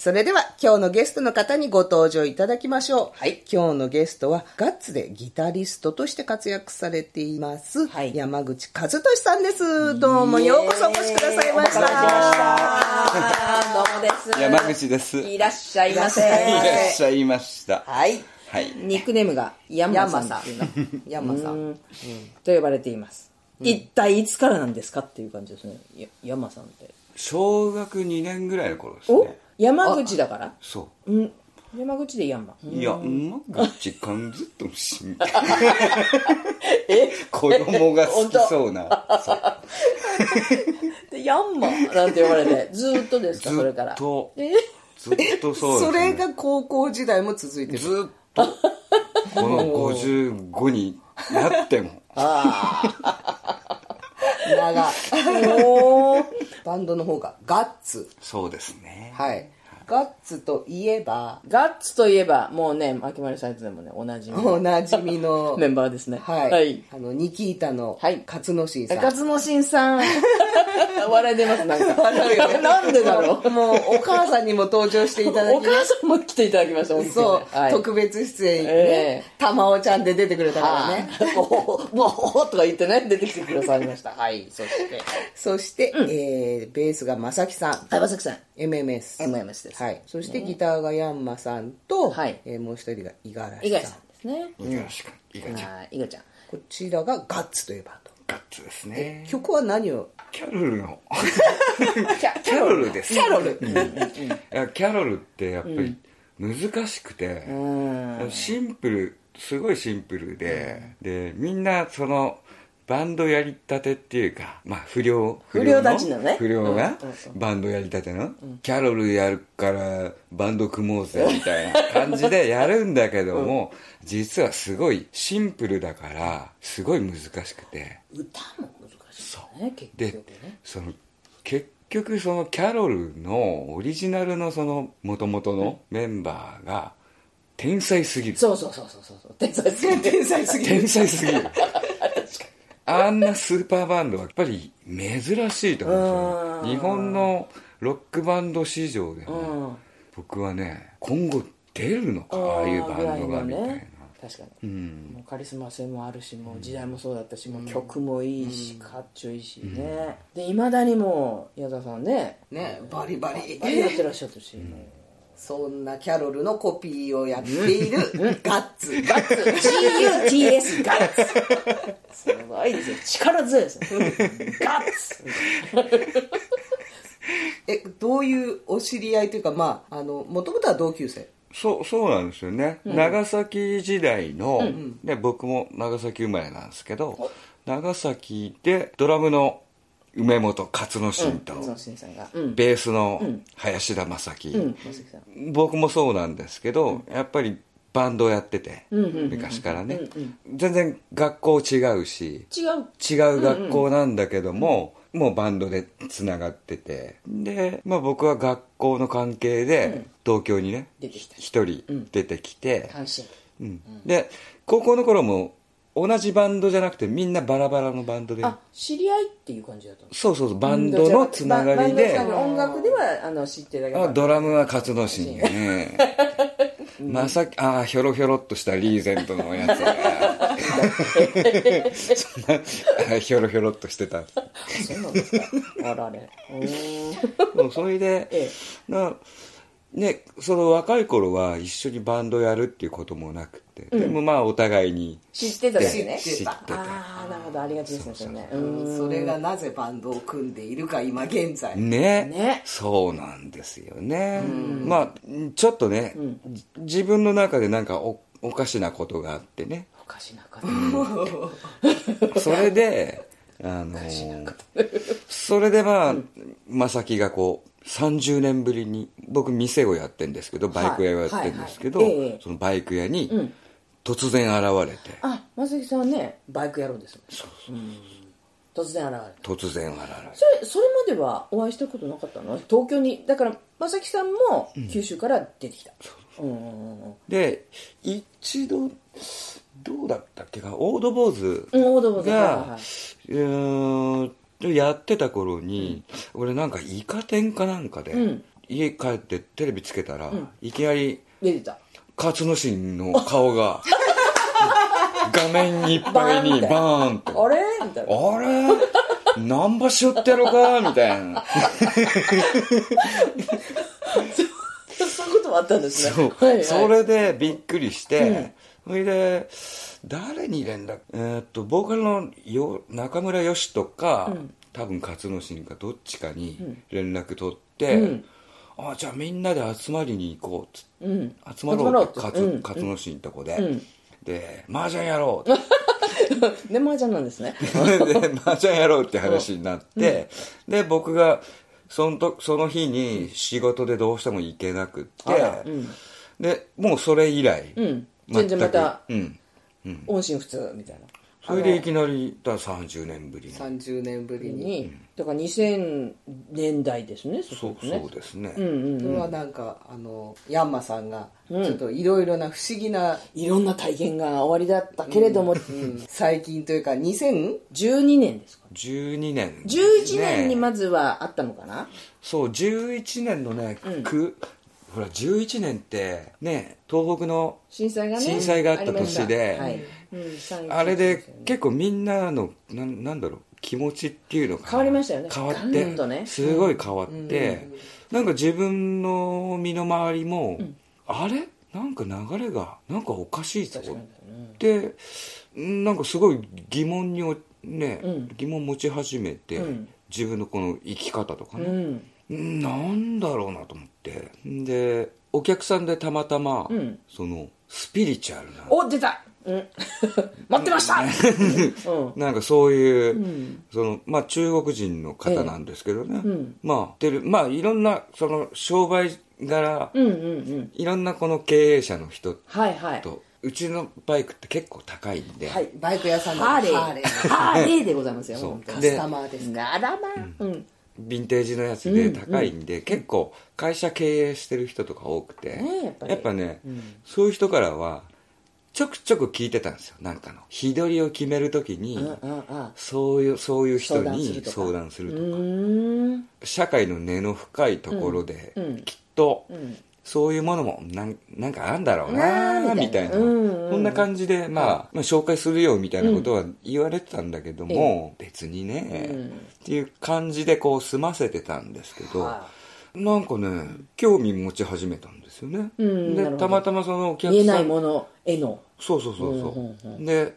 それでは今日のゲストの方にご登場いただきましょう。はい今日のゲストはガッツでギタリストとして活躍されています、はい山口和俊さんです。どうもようこそお越しくださいました。お越しくださいましたどうもです。山口ですいらっしゃいませ。いらいらっしゃいました。はい。はい。ニックネームがヤンマさんっていうの。ヤンマさん。うんと呼ばれています。一体いつからなんですかっていう感じですね。やヤンマさんって。小学2年ぐらいの頃ですおね。山口だからそうん。山口でヤンマ。う。いや、山口かんずっとし ん子供が好きそうな。そうで、ヤンマなんて呼ばれて、 ずーっとですか、ずそれからっ。と、えずっとそうそですれね。が高校時代も続いてる。ずっと、この55になっても。 長おー。バンドの方がガッツ。そうですね。はい。ガッツといえば、ガッツといえば、もうね、秋丸サイズでもね、おなじみおなじみの、メンバーですね。はい、はい。あの、ニキータのはい勝野伸さん。中津の新さん。 笑い出ます、なんか。 なんでだろう。もう、お母さんにも登場していただきお母さんも来ていただきました、本当にねそう、はい。特別出演、ねえたまおちゃんで出てくれたからはいね。。こ う、もう、とか言ってね、出てきてくださいました。はい、そして。そして、えー、ベースがまさきさん。はい、まさきさん。 MMS。 MMS ですはい。そしてギターがヤンマさんと、はいえーもう一人が五十嵐さん。いがさんですね。五十嵐君、いがちゃん、はい、いがちゃん。こちらがガッツというバンド。ガッツですね。曲は何をキャロルの。キャ キャロルです。キャロル。キャロルってやっぱり難しくて、シンプル、すごいシンプルで、で、みんなその、バンドやりたてっていうか、まあ不良、不良のたちのね不良が、バンドやりたての、キャロルやるからバンド組もうぜみたいな感じでやるんだけども、実はすごいシンプルだから、すごい難しくて、歌も難しいね、結で局ね。その結局そのキャロルのオリジナルのその元々のメンバーが天才すぎるそうそうそうそうそう。天才すぎる。天才すぎ天才すぎ るあんなスーパーバンドはやっぱり珍しいと思うんですよね日本のロックバンド史上でも、うん。僕はね今後出るのかああいうバンドがみたいな、確かうに、んもうカリスマ性もあるしもう時代もそうだったし、もう曲もいいし、かっちょいいしね、でいまだにもう矢沢さんねね、バリバリ。 やってらっしゃったし、もうそんなキャロルのコピーをやっているガッツ。ガッツ GUTS ガッツすごいですよ力強いですよガッツ え、どういうお知り合いというか、まあ、あの、もともとは同級生。そうそうなんですよね、長崎時代の、で僕も長崎生まれなんですけど長崎でドラムの梅本勝之進と、その新さんがうんベースの林田正樹、うん松崎さん僕もそうなんですけど、やっぱりバンドやってて、昔からね、全然学校違うし違う違う学校なんだけども、もうバンドでつながっててで、まあ、僕は学校の関係で東京にね出てきた一人出てきて、関心うんで高校の頃も同じバンドじゃなくてみんなバラバラのバンドであ知り合いっていう感じだったのそうそうそうバンドのつながりでバンドのつながり音楽ではあの知っていただけあたドラムは勝之進やねまさきあひょろひょろっとしたリーゼントのや つがそんなあひょろひょろっとしてたそうなんですかあらあれうーんもうそれで、えなね、その若い頃は一緒にバンドやるっていうこともなくて、でもまあお互いに知ってただけね知ってたああなるほどありがちですねそれねうんそれがなぜバンドを組んでいるか、今現在。ねねそうなんですよね、まあちょっとね、じ自分の中でなんかおおかしなことがあって ねおかしなかったそれであのそれでまあ、正木がこう30年ぶりに僕店をやってんですけどバイク屋をやってんですけど、はいはいはいええそのバイク屋に突然現れて、あ松木さんはねバイク野郎ですもんねうん突然現れた突然現れてそれそれまではお会いしたことなかったの東京にだから正木さんも九州から出てきた、うんうんうんうん、で一度どうだったっけかオード坊主うんオードボードはいはいはがい、えーやってた頃に、俺なんかイカ天かなんかで、ん家帰ってテレビつけたら、いきなり出てた勝野市 の顔が画面いっぱいにババーンってあれみたいなあれ何場所やってやろうかみたいなそういうこともあったんですねそう、はいはいそれでびっくりして、それで誰に連絡えーっとボーカルのよ中村よしとか、多分勝野氏かどっちかに連絡取って、うんあじゃあみんなで集まりに行こうっつって、うん集まろうって集まろうっ勝てうん勝野氏のとこで、うんで麻雀やろうって で麻雀なんですねで麻雀やろうって話になって、で僕がそのとその日に仕事でどうしても行けなくって、あらうんでもうそれ以来、うん全全く然またうん、音信不通みたいなそれでいきなりだから30年ぶりにそう30年ぶりに、にだから2000年代ですねそそうこねですね、うんうんそれはなんかあのヤンマさんがちょっといろいろな不思議な、いろんな体験が終わりだったけれども、 最近というか2000 12年ですか12年ですね、 11年にまずはあったのかな、そう11年のね、くほら11年ってね東北の震災がね震災があった年でありましたはいうんあれで結構みんなのなんなんだろう気持ちっていうのが変わりましたよね変わっガンて、とねすごい変わって、なんか自分の身の回りも、あれなんか流れがなんかおかしいぞってなんかすごい疑問におね、疑問持ち始めて、ん自分のこの生き方とかうね、んなんだろうなと思ってでお客さんでたまたま、んそのスピリチュアルなお出た、うん 待ってました、うんなんかそういう、そのまあ、中国人の方なんですけどね、うんまあてるまあいろんなその商売柄、うんうんうんいろんなこの経営者の人はいはいとうちのバイクって結構高いんで、はいバイク屋さんのハーレハーレーーハーレーでございますよそう本当カにスタマーですならばうんヴィンテージのやつで高いんで、結構会社経営してる人とか多くて、ねえやっぱりね、そういう人からはちょくちょく聞いてたんですよなんかの日取りを決めるときに、うんうんうんそういうそういう人相談すにるとか相談するとかうーん社会の根の深いところで、うんうんきっと、そういうものもなんなんかあんだろうななーーみみたたいいな、なこうんうんんな感じで、まあまあ紹介するよみたいなことは言われてたんだけども、別にね、っていう感じでこう済ませてたんですけど、はなんかね興味持ち始めたんですよね、うんなるほでどたまたまそのお客さん見えないものへのそうそうそうそう,、うんうんで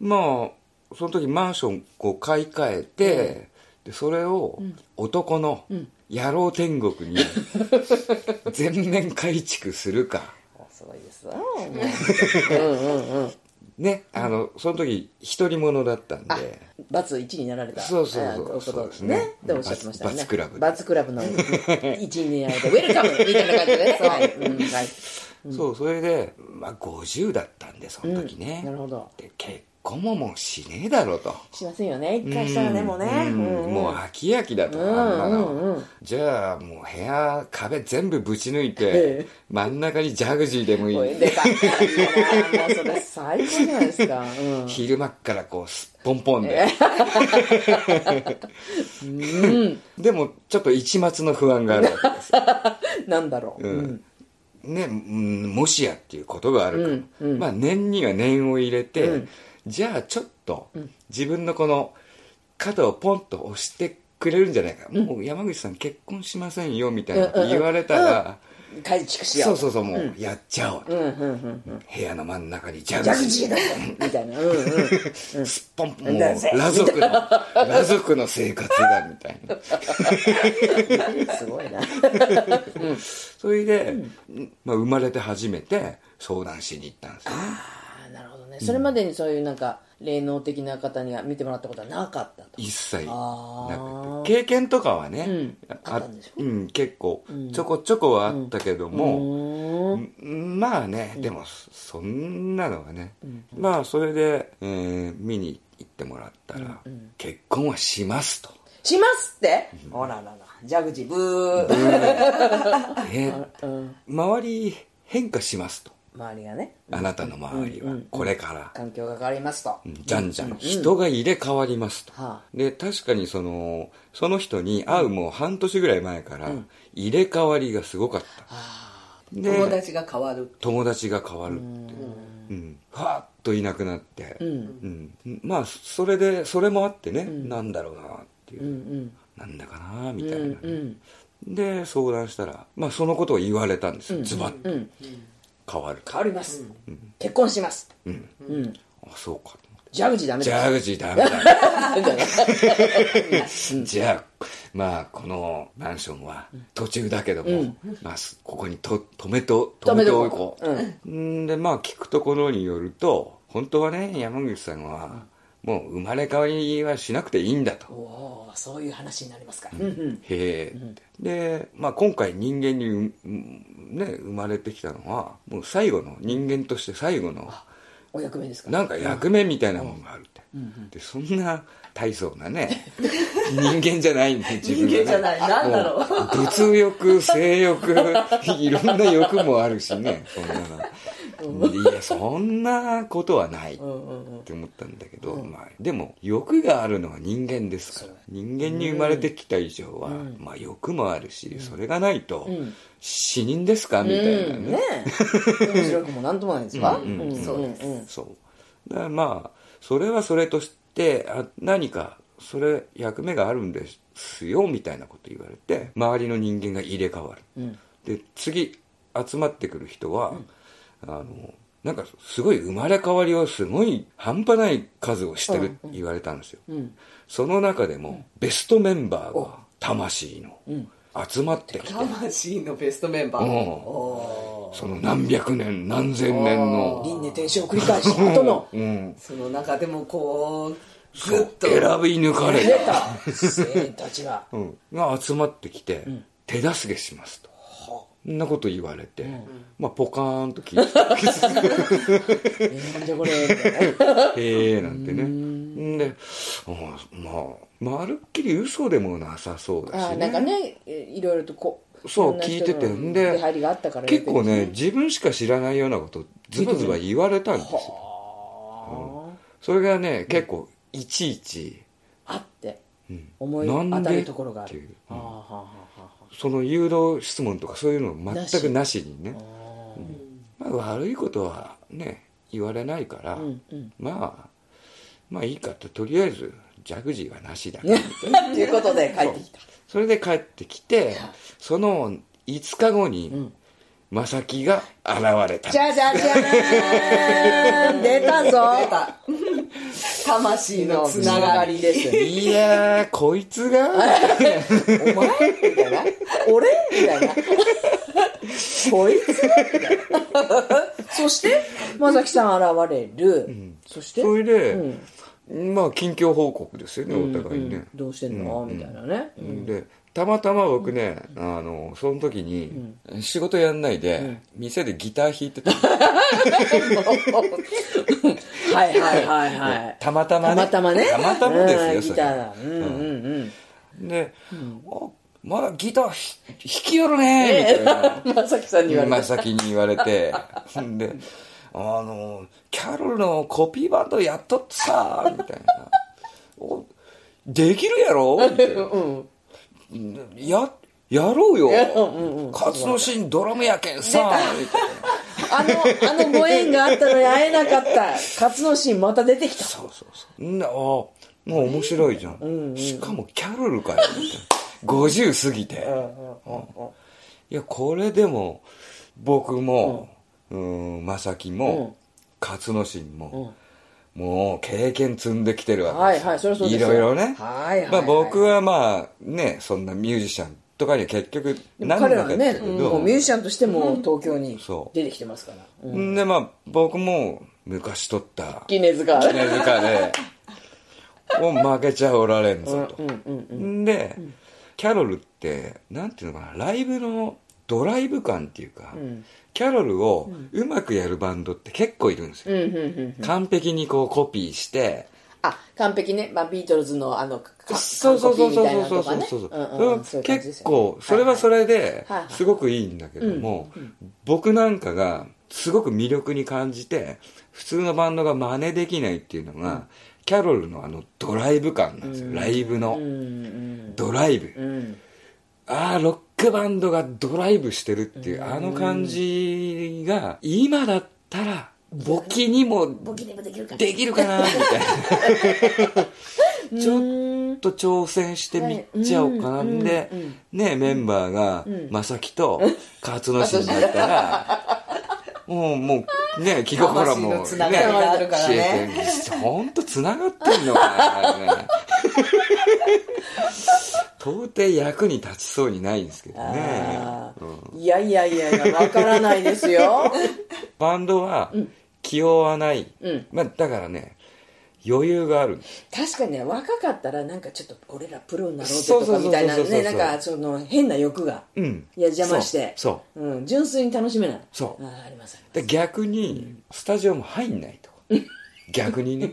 まあその時マンションこう買い替えて、でそれを男の野郎天国 に全面改築するかすごいですわうんうんうん ねあのその時独り者だったんでバツ1になられたそうそうそうあーことそうですねっておっしゃってましたよねバツバツクラブバツクラブ の1になられたウェルカムみたいな感じでねはいうんはいそうそれで、まあ、50だったんでその時ね、なるほどで結婚ももうしねえだろうと。しませんよね一回したらねもうねうんうんもう飽き飽きだと、あんなの、じゃあもう部屋壁全部ぶち抜いてえ真ん中にジャグジーでもいもうい出たいいなもうそれ最高じゃないですかうん昼間っからこうすっぽんぽんで、 でもちょっと一抹の不安があるわけですよ、なんだろうううんんね、うんもしやっていうことがあるから、まあ念には念を入れて、じゃあちょっと自分のこの肩をポンと押してくれるんじゃないか、もう山口さん結婚しませんよみたいなこと言われたら、改築しよそううそうそうもううやっちゃおう,、うんうんうん部屋の真ん中にジャジグャグジジーだぜみたいなうんうんーすっぽんぽんもうだぜ裸族 の裸族の生活だみたい なすごいなそれで、まあ、生まれて初めて相談しに行ったんですよねあーなるほどねそれまでにそういうなんか霊能的な方には見てもらったことはなかったと一切なあーくて経験とかはね、んああったんでしょうん、結構ちょこちょこはあったけどうも、うんまあね、でもそそんなのはね、まあそれで、えー見に行ってもらったら、結婚はしますと。しますってほらららジャグジーブーえー周り変化しますと周りがねあなたの周りはこれから、環境が変わりますと、じゃんじゃん人が入れ替わりますと、はあで確かにそのその人に会うもう半年ぐらい前から入れ替わりがすごかった、で友達が変わる友達が変わるってうんふわっといなくなって、うんまあそれでそれもあってね、なんだろうなっていう、なんだかなみたいなね、で相談したら、まあ、そのことを言われたんですよ、ズバッと、変わる変わります、結婚します、あそうかと思ってジャグジーダメジだャグジーダメだジじゃあまあこのマンションは途中だけども、まあ、すここにと止めと止めておこううんでまあ聞くところによると本当はね山口さんはもう生まれ変わりはしなくていいんだとおおーそういう話になりますか、へえ、で、まあ、今回人間にう、うんね、生まれてきたのはもう最後の人間として最後のお役目ですかなんか役目みたいなもんがあるって、でそんな大層なね人間じゃないんで自分が、ね、人間じゃないなんだろう物欲性欲いろんな欲もあるしね そんなの、 いやそんなことはないって思ったんだけど、まあ、でも欲があるのは人間ですから人間に生まれてきた以上は、まあ、欲もあるし、それがないと、死人ですかみたいなねねえ面白くもなんともないですか、うんそうです、そうだからまあそれはそれとしてあ何かそれ役目があるんですよみたいなこと言われて周りの人間が入れ替わる、で次集まってくる人は、あのなんかすごい生まれ変わりをすごい半端ない数をしてるって言われたんですよ、その中でもベストメンバーが魂の集まってきて、魂のベストメンバーうんその何百年何千年の輪廻転生を繰り返した後のうん、その中でもこうそう選び抜かれたた青年たちがうん、が集まってきて、手助けしますと。そんなこと言われて、まあ、ポカーンと聞いてたなんでこれへえなんてねんでああまあまるっきり嘘でもなさそうだしあねーなんかねえいろいろとこうそうろんな聞い人ててのんで出入りがあったから結構ね自分しか知らないようなことズバズバ言われたんですよ、うんそれがね結構いちいちあって思い当たるところがあっているうあーはーはーはその誘導質問とかそういうの全くなしにねうんまあ、悪いことはね言われないから、まあまあいいかととりあえずジャグジーはなしだから、ーということで帰ってきたそれで帰ってきてその5日後に、まさきが現れたじゃじゃじゃーん出たぞ出た魂のつながりですねいやーこいつがお前みたいな俺みたいなこいつみたいなそしてまさきさん現れる、そしてそれで、まあ近況報告ですよねお互いにね、どうしてんの、みたいなね、でたまたま僕ね、あのその時に、仕事やんないで、店でギター弾いてたはいはいはいはいた またまねたまたまねたまたまでうんギすよターそれだうんうんうんで、あまだギターひ弾きよるねみたいな、まさきさんに言われ真たっ先に言われ てほんで「あのキャロルのコピーバンドやっとってさ」みたいな「おできるやろ?」みたいな「ややろうよ」カツのシーンドラムやけんさ」みたいな。あのあのご縁があったのに会えなかった勝野シーンまた出てきたそうそうそう。んで、ああ、もう面白いじゃん。しかもキャロルかよ、みたいな。50過ぎて。うんいや、これでも、僕も、うーん、まさきも、勝野心も、もう経験積んできてるわけですよはいはいそりゃそうですよいろいろね。はいはいはいまあ僕はまあ、ね、そんなミュージシャンとかには結局、なんな彼らかっはたねけど、もうミュージシャンとしても東京にそう出てきてますからうんんでまあ僕も昔撮った、杵塚記念塚でもう負けちゃおられんぞと、んでキャロルってなんていうのかなライブのドライブ感っていうか、キャロルをうまくやるバンドって結構いるんですよ、完璧にこうコピーしてあ完璧ね、まあ、ビートルズのあのかかそうそうそうそうそうそう完コピみたいなのとかねそうそううんうんそそういうれは感じです結よね構それはそれではいはいすごくいいんだけども僕なんかがすごく魅力に感じて普通のバンドが真似できないっていうのが、キャロルのあのドライブ感なんですよ、ライブの、ドライブ、うんああロックバンドがドライブしてるっていう、あの感じが今だったら簿記にもボキにもできるかできるかなみたいなちょっょと挑戦してみちゃおうかなはいんで、うんうんねメンバーがん正木と勝野氏になったら もうもうね気心も魂のねつながりがあるからね知恵てほんとつながってんのか な到底役に立ちそうにないんですけどねいやいやいやいやわからないですよバンドは気負わない、うんまあ、だからね余裕がある 確かにね若かったらなんかちょっと俺らプロになろうぜそうとそかうそみうそうたいなそうそうねなんかその変な欲がうんいや邪魔してそうそううん純粋に楽しめないそうあーありますありますで逆にスタジオも入んないとか逆にね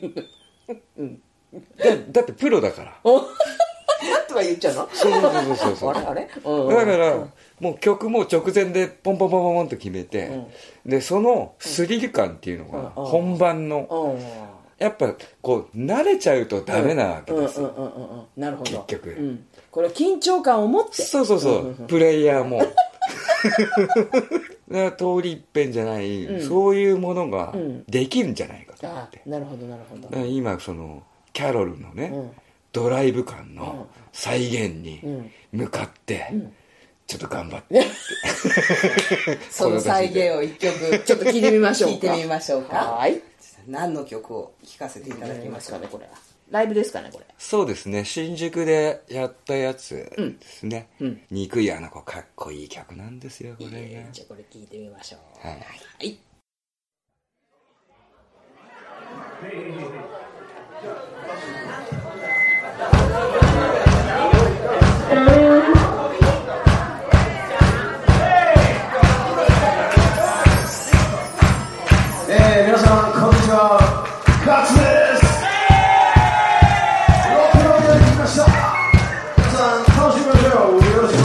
だだってプロだからとか言っちゃうのそうそうそうそうそうあれあれだからもう曲も直前でポンポンポンポンポンと決めて、でそのスリル感っていうのがうん本番のうんうんやっぱこう慣れちゃうとダメなわけうんうんですよ、うんうんなるほど結局うんこれは緊張感を持ってそうそうそう、プレイヤーも だから通り一遍じゃない、そういうものがんできるんじゃないかと思っあて、ーなるほどなるほどだから今そのキャロルのね、うんドライブ感の再現に向かって、ちょっと頑張って、その再現を一曲 ちょっと聞いてみましょうか聞いてみましょうかはーい何の曲を聴かせていただきますかねこれはライブですかねこれそうですね新宿でやったやつですね「憎いあの子」かっこいい曲なんですよこれが。じゃあこれ聞いてみましょうはいはいえー、皆さんこんにちはガッツですロックンロールやってきました皆さん楽しみましょうよろしく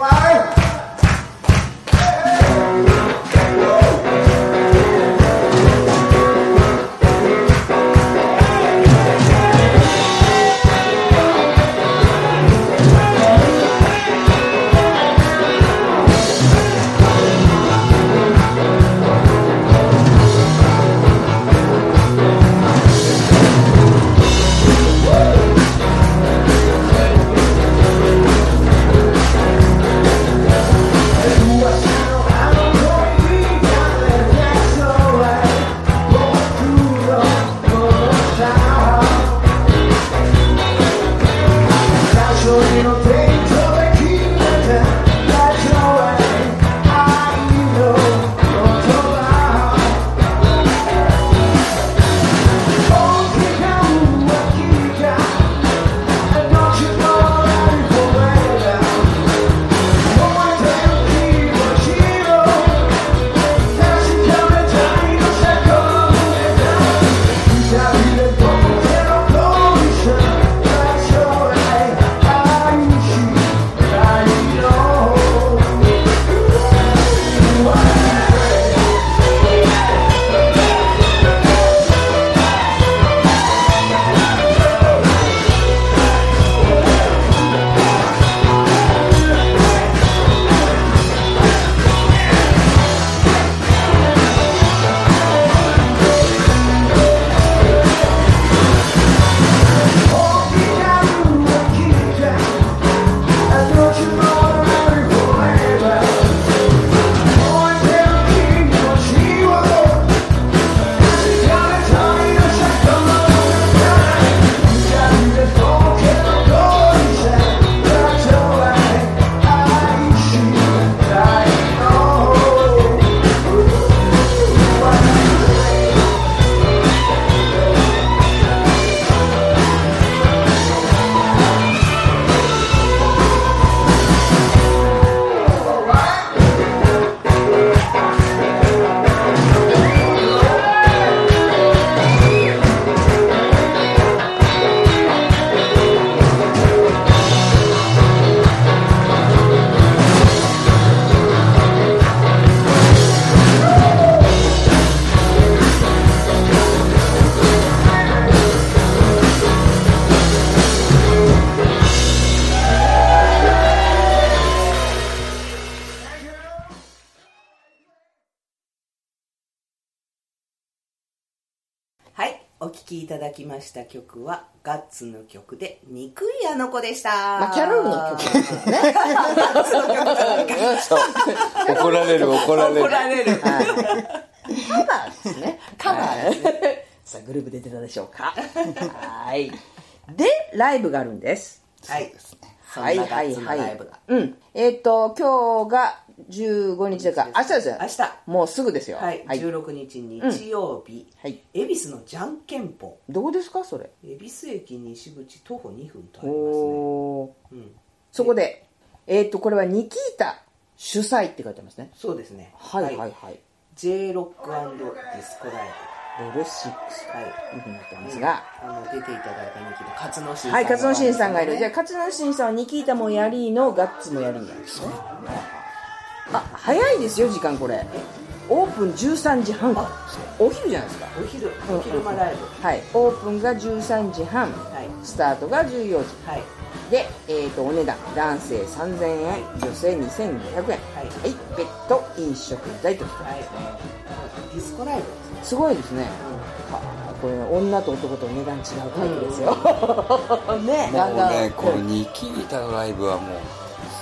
はい「お聴きいただきました曲はガッツの曲で「憎いあの子」でした、まあキャロルの曲だからねそう怒られる怒られ怒るられるカバーですねカバーですねさあグループ出てたでしょうかはいでライブがあるんですはいはいそんなはガッいツのはライいブが。うん。えっ、と、今日が15日だから、明日ですよ。明日もうすぐですよ。はい、16日日曜日、はい恵比寿のじゃんけんぽんどこですか、それ。恵比寿駅西口徒歩2分とありまおすーね、うん、そこで、えっ、と、これはニキータ主催って書いてますね。そうですねはいはいはい。 J ロックディスコライレルシックスブはいというふうになってますが、あの出ていただいた人気で勝野新さんがはい、勝野新さんがいる。じゃあ、勝野新さんはニキータもやりの、ガッツもやりなんですね。あ、早いですよ、時間これ。オープン13時半からですねお昼じゃないですか。お昼お昼間ライブ、はい、オープンが13時は半、いスタートが14時はいで、えー、とお値段男性3000円女性2500円はい、はい別途飲食代とはいディスコライブですね、すごいですねうんはあこれ女と男と値段違うタイプですよ、 ねもうねこのうんニキータのライブはもう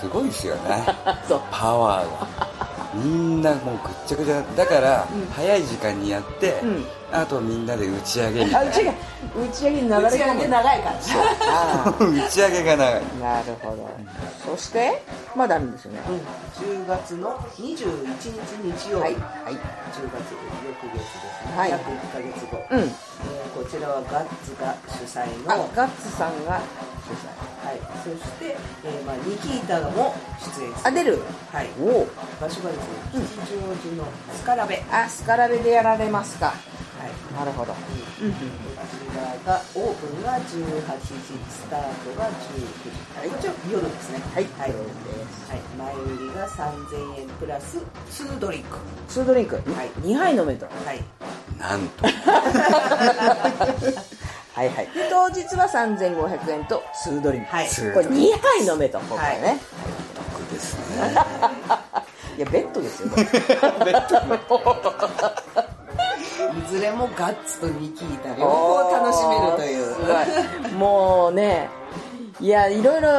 すごいですよね そうパワーがみんなもうぐっちゃぐちゃだから、早い時間にやって、うんあとみんなで打ち上げみあたい打なち上げ打ち上げに流れ打ち上込げむ長いからあ 打ち上げが長いあなるほどそしてまだあるんですよねうん10月の21日日曜日、はいはい10月翌月ですね、はい約1ヶ月後、うんえーこちらはガッツが主催の、あはガッツさんがい、そして、えーまあ、ニキータも出演するあ出るはい、おお場所がですね吉祥寺のスカラベ、はいあスカラベでやられますかなるほどうんこちらがオープンが18時スタートが19時、はい、こっちは夜ですねはいはい夜ですはい、前売りが3000円プラス2ドリンクツードリンク、い2杯飲めとはいなんとはいはいで当日は3500円とツードリンク、はいこれ2杯飲めとここはね、、はい得ですねやベッドですよこれいずれもガッツとニキータ両方楽しめるというすごい もうねいやいろいろ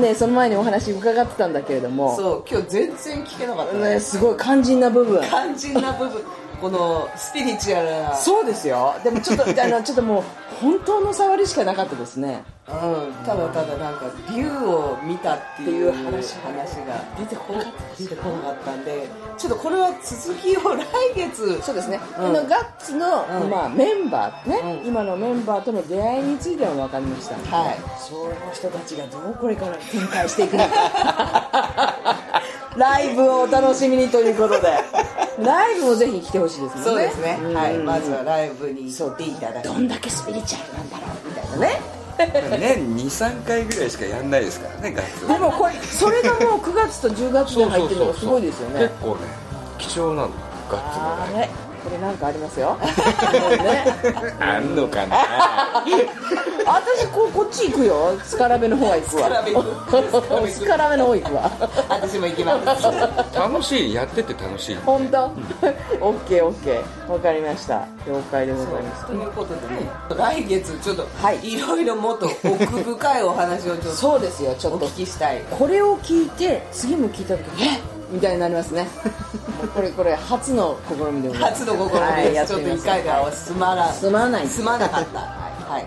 ねその前にお話伺ってたんだけれどもそう今日全然聞けなかったね、ねすごい肝心な部分肝心な部分このスピリチュアルなそうですよでもちょっと あのちょっともう本当の触りしかなかったですねうん、ただただなんか竜を見たっていうっていう話話話が出てこなかった出てこなかったんでちょっとこれは続きを来月そうですね、うんあのガッツの、うんまあ、メンバーね、うん今のメンバーとの出会いについては分かりました、はいそういう人たちがどうこれから展開していくのか ライブをお楽しみにということ でライブもぜひ来てほしいですもんねそうですね、んはい、まずはライブに行っていただきどんだけスピリチュアルなんだろうみたいなね年23回ぐらいしかやんないですからねガッツでもこれそれがもう9月と10月に入ってるのがすごいですよね結構ね貴重なのガッツのあライれこれなんかありますよ、 ね、ブあんのかな私ここっち行くよスカラベの方は行くわ スカラベの方行くわ私も行きます楽しいやってて楽しい本当 オッケーオッケーわかりました了解でございま すということでね来月ちょっとはいいろいろもっと奥深いお話をちょっとそうですよちょおっと聞きしたいこれを聞いて次も聞いた時えっみたいになりますね これこれ初の試みでございます初の心はでいす、やちてょっみとま一す回では済まら済まない済まなかったはい、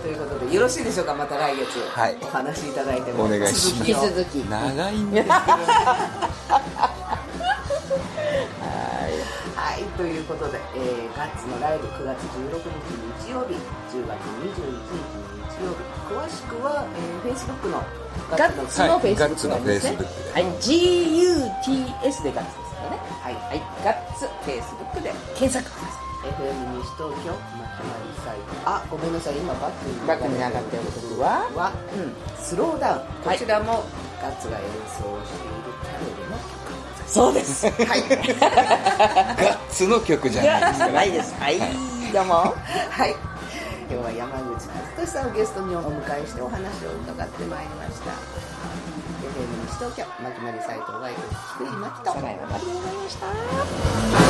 ということでよろしいでしょうかまた来月、はいお話しいただいてもお願いしま続 引ききを続き長いんですよはいということで、えーガッツのライブ9月16日日曜日10月21日日曜日詳しくは、えー、Facebook のガッツのフェイスブガッックツなのんフェでイすスねブックではい GUTS でガッツですからねはい、はいガッツフェイスブックで検索くださ FM 西東京まきまりサイトあごめんなさい今バックにいバックに上がってる曲ははうんスローダウンこはいちらもガッツが演奏しているキャロルの曲そうですはいガッツの曲じゃいないやないですはいどうも はい。今日は山口和俊さんをゲストにお迎えしてお話を伺ってまいりました。FM 西東京、まきまり斎藤ワイド、菊井真希と。ありがとうございました「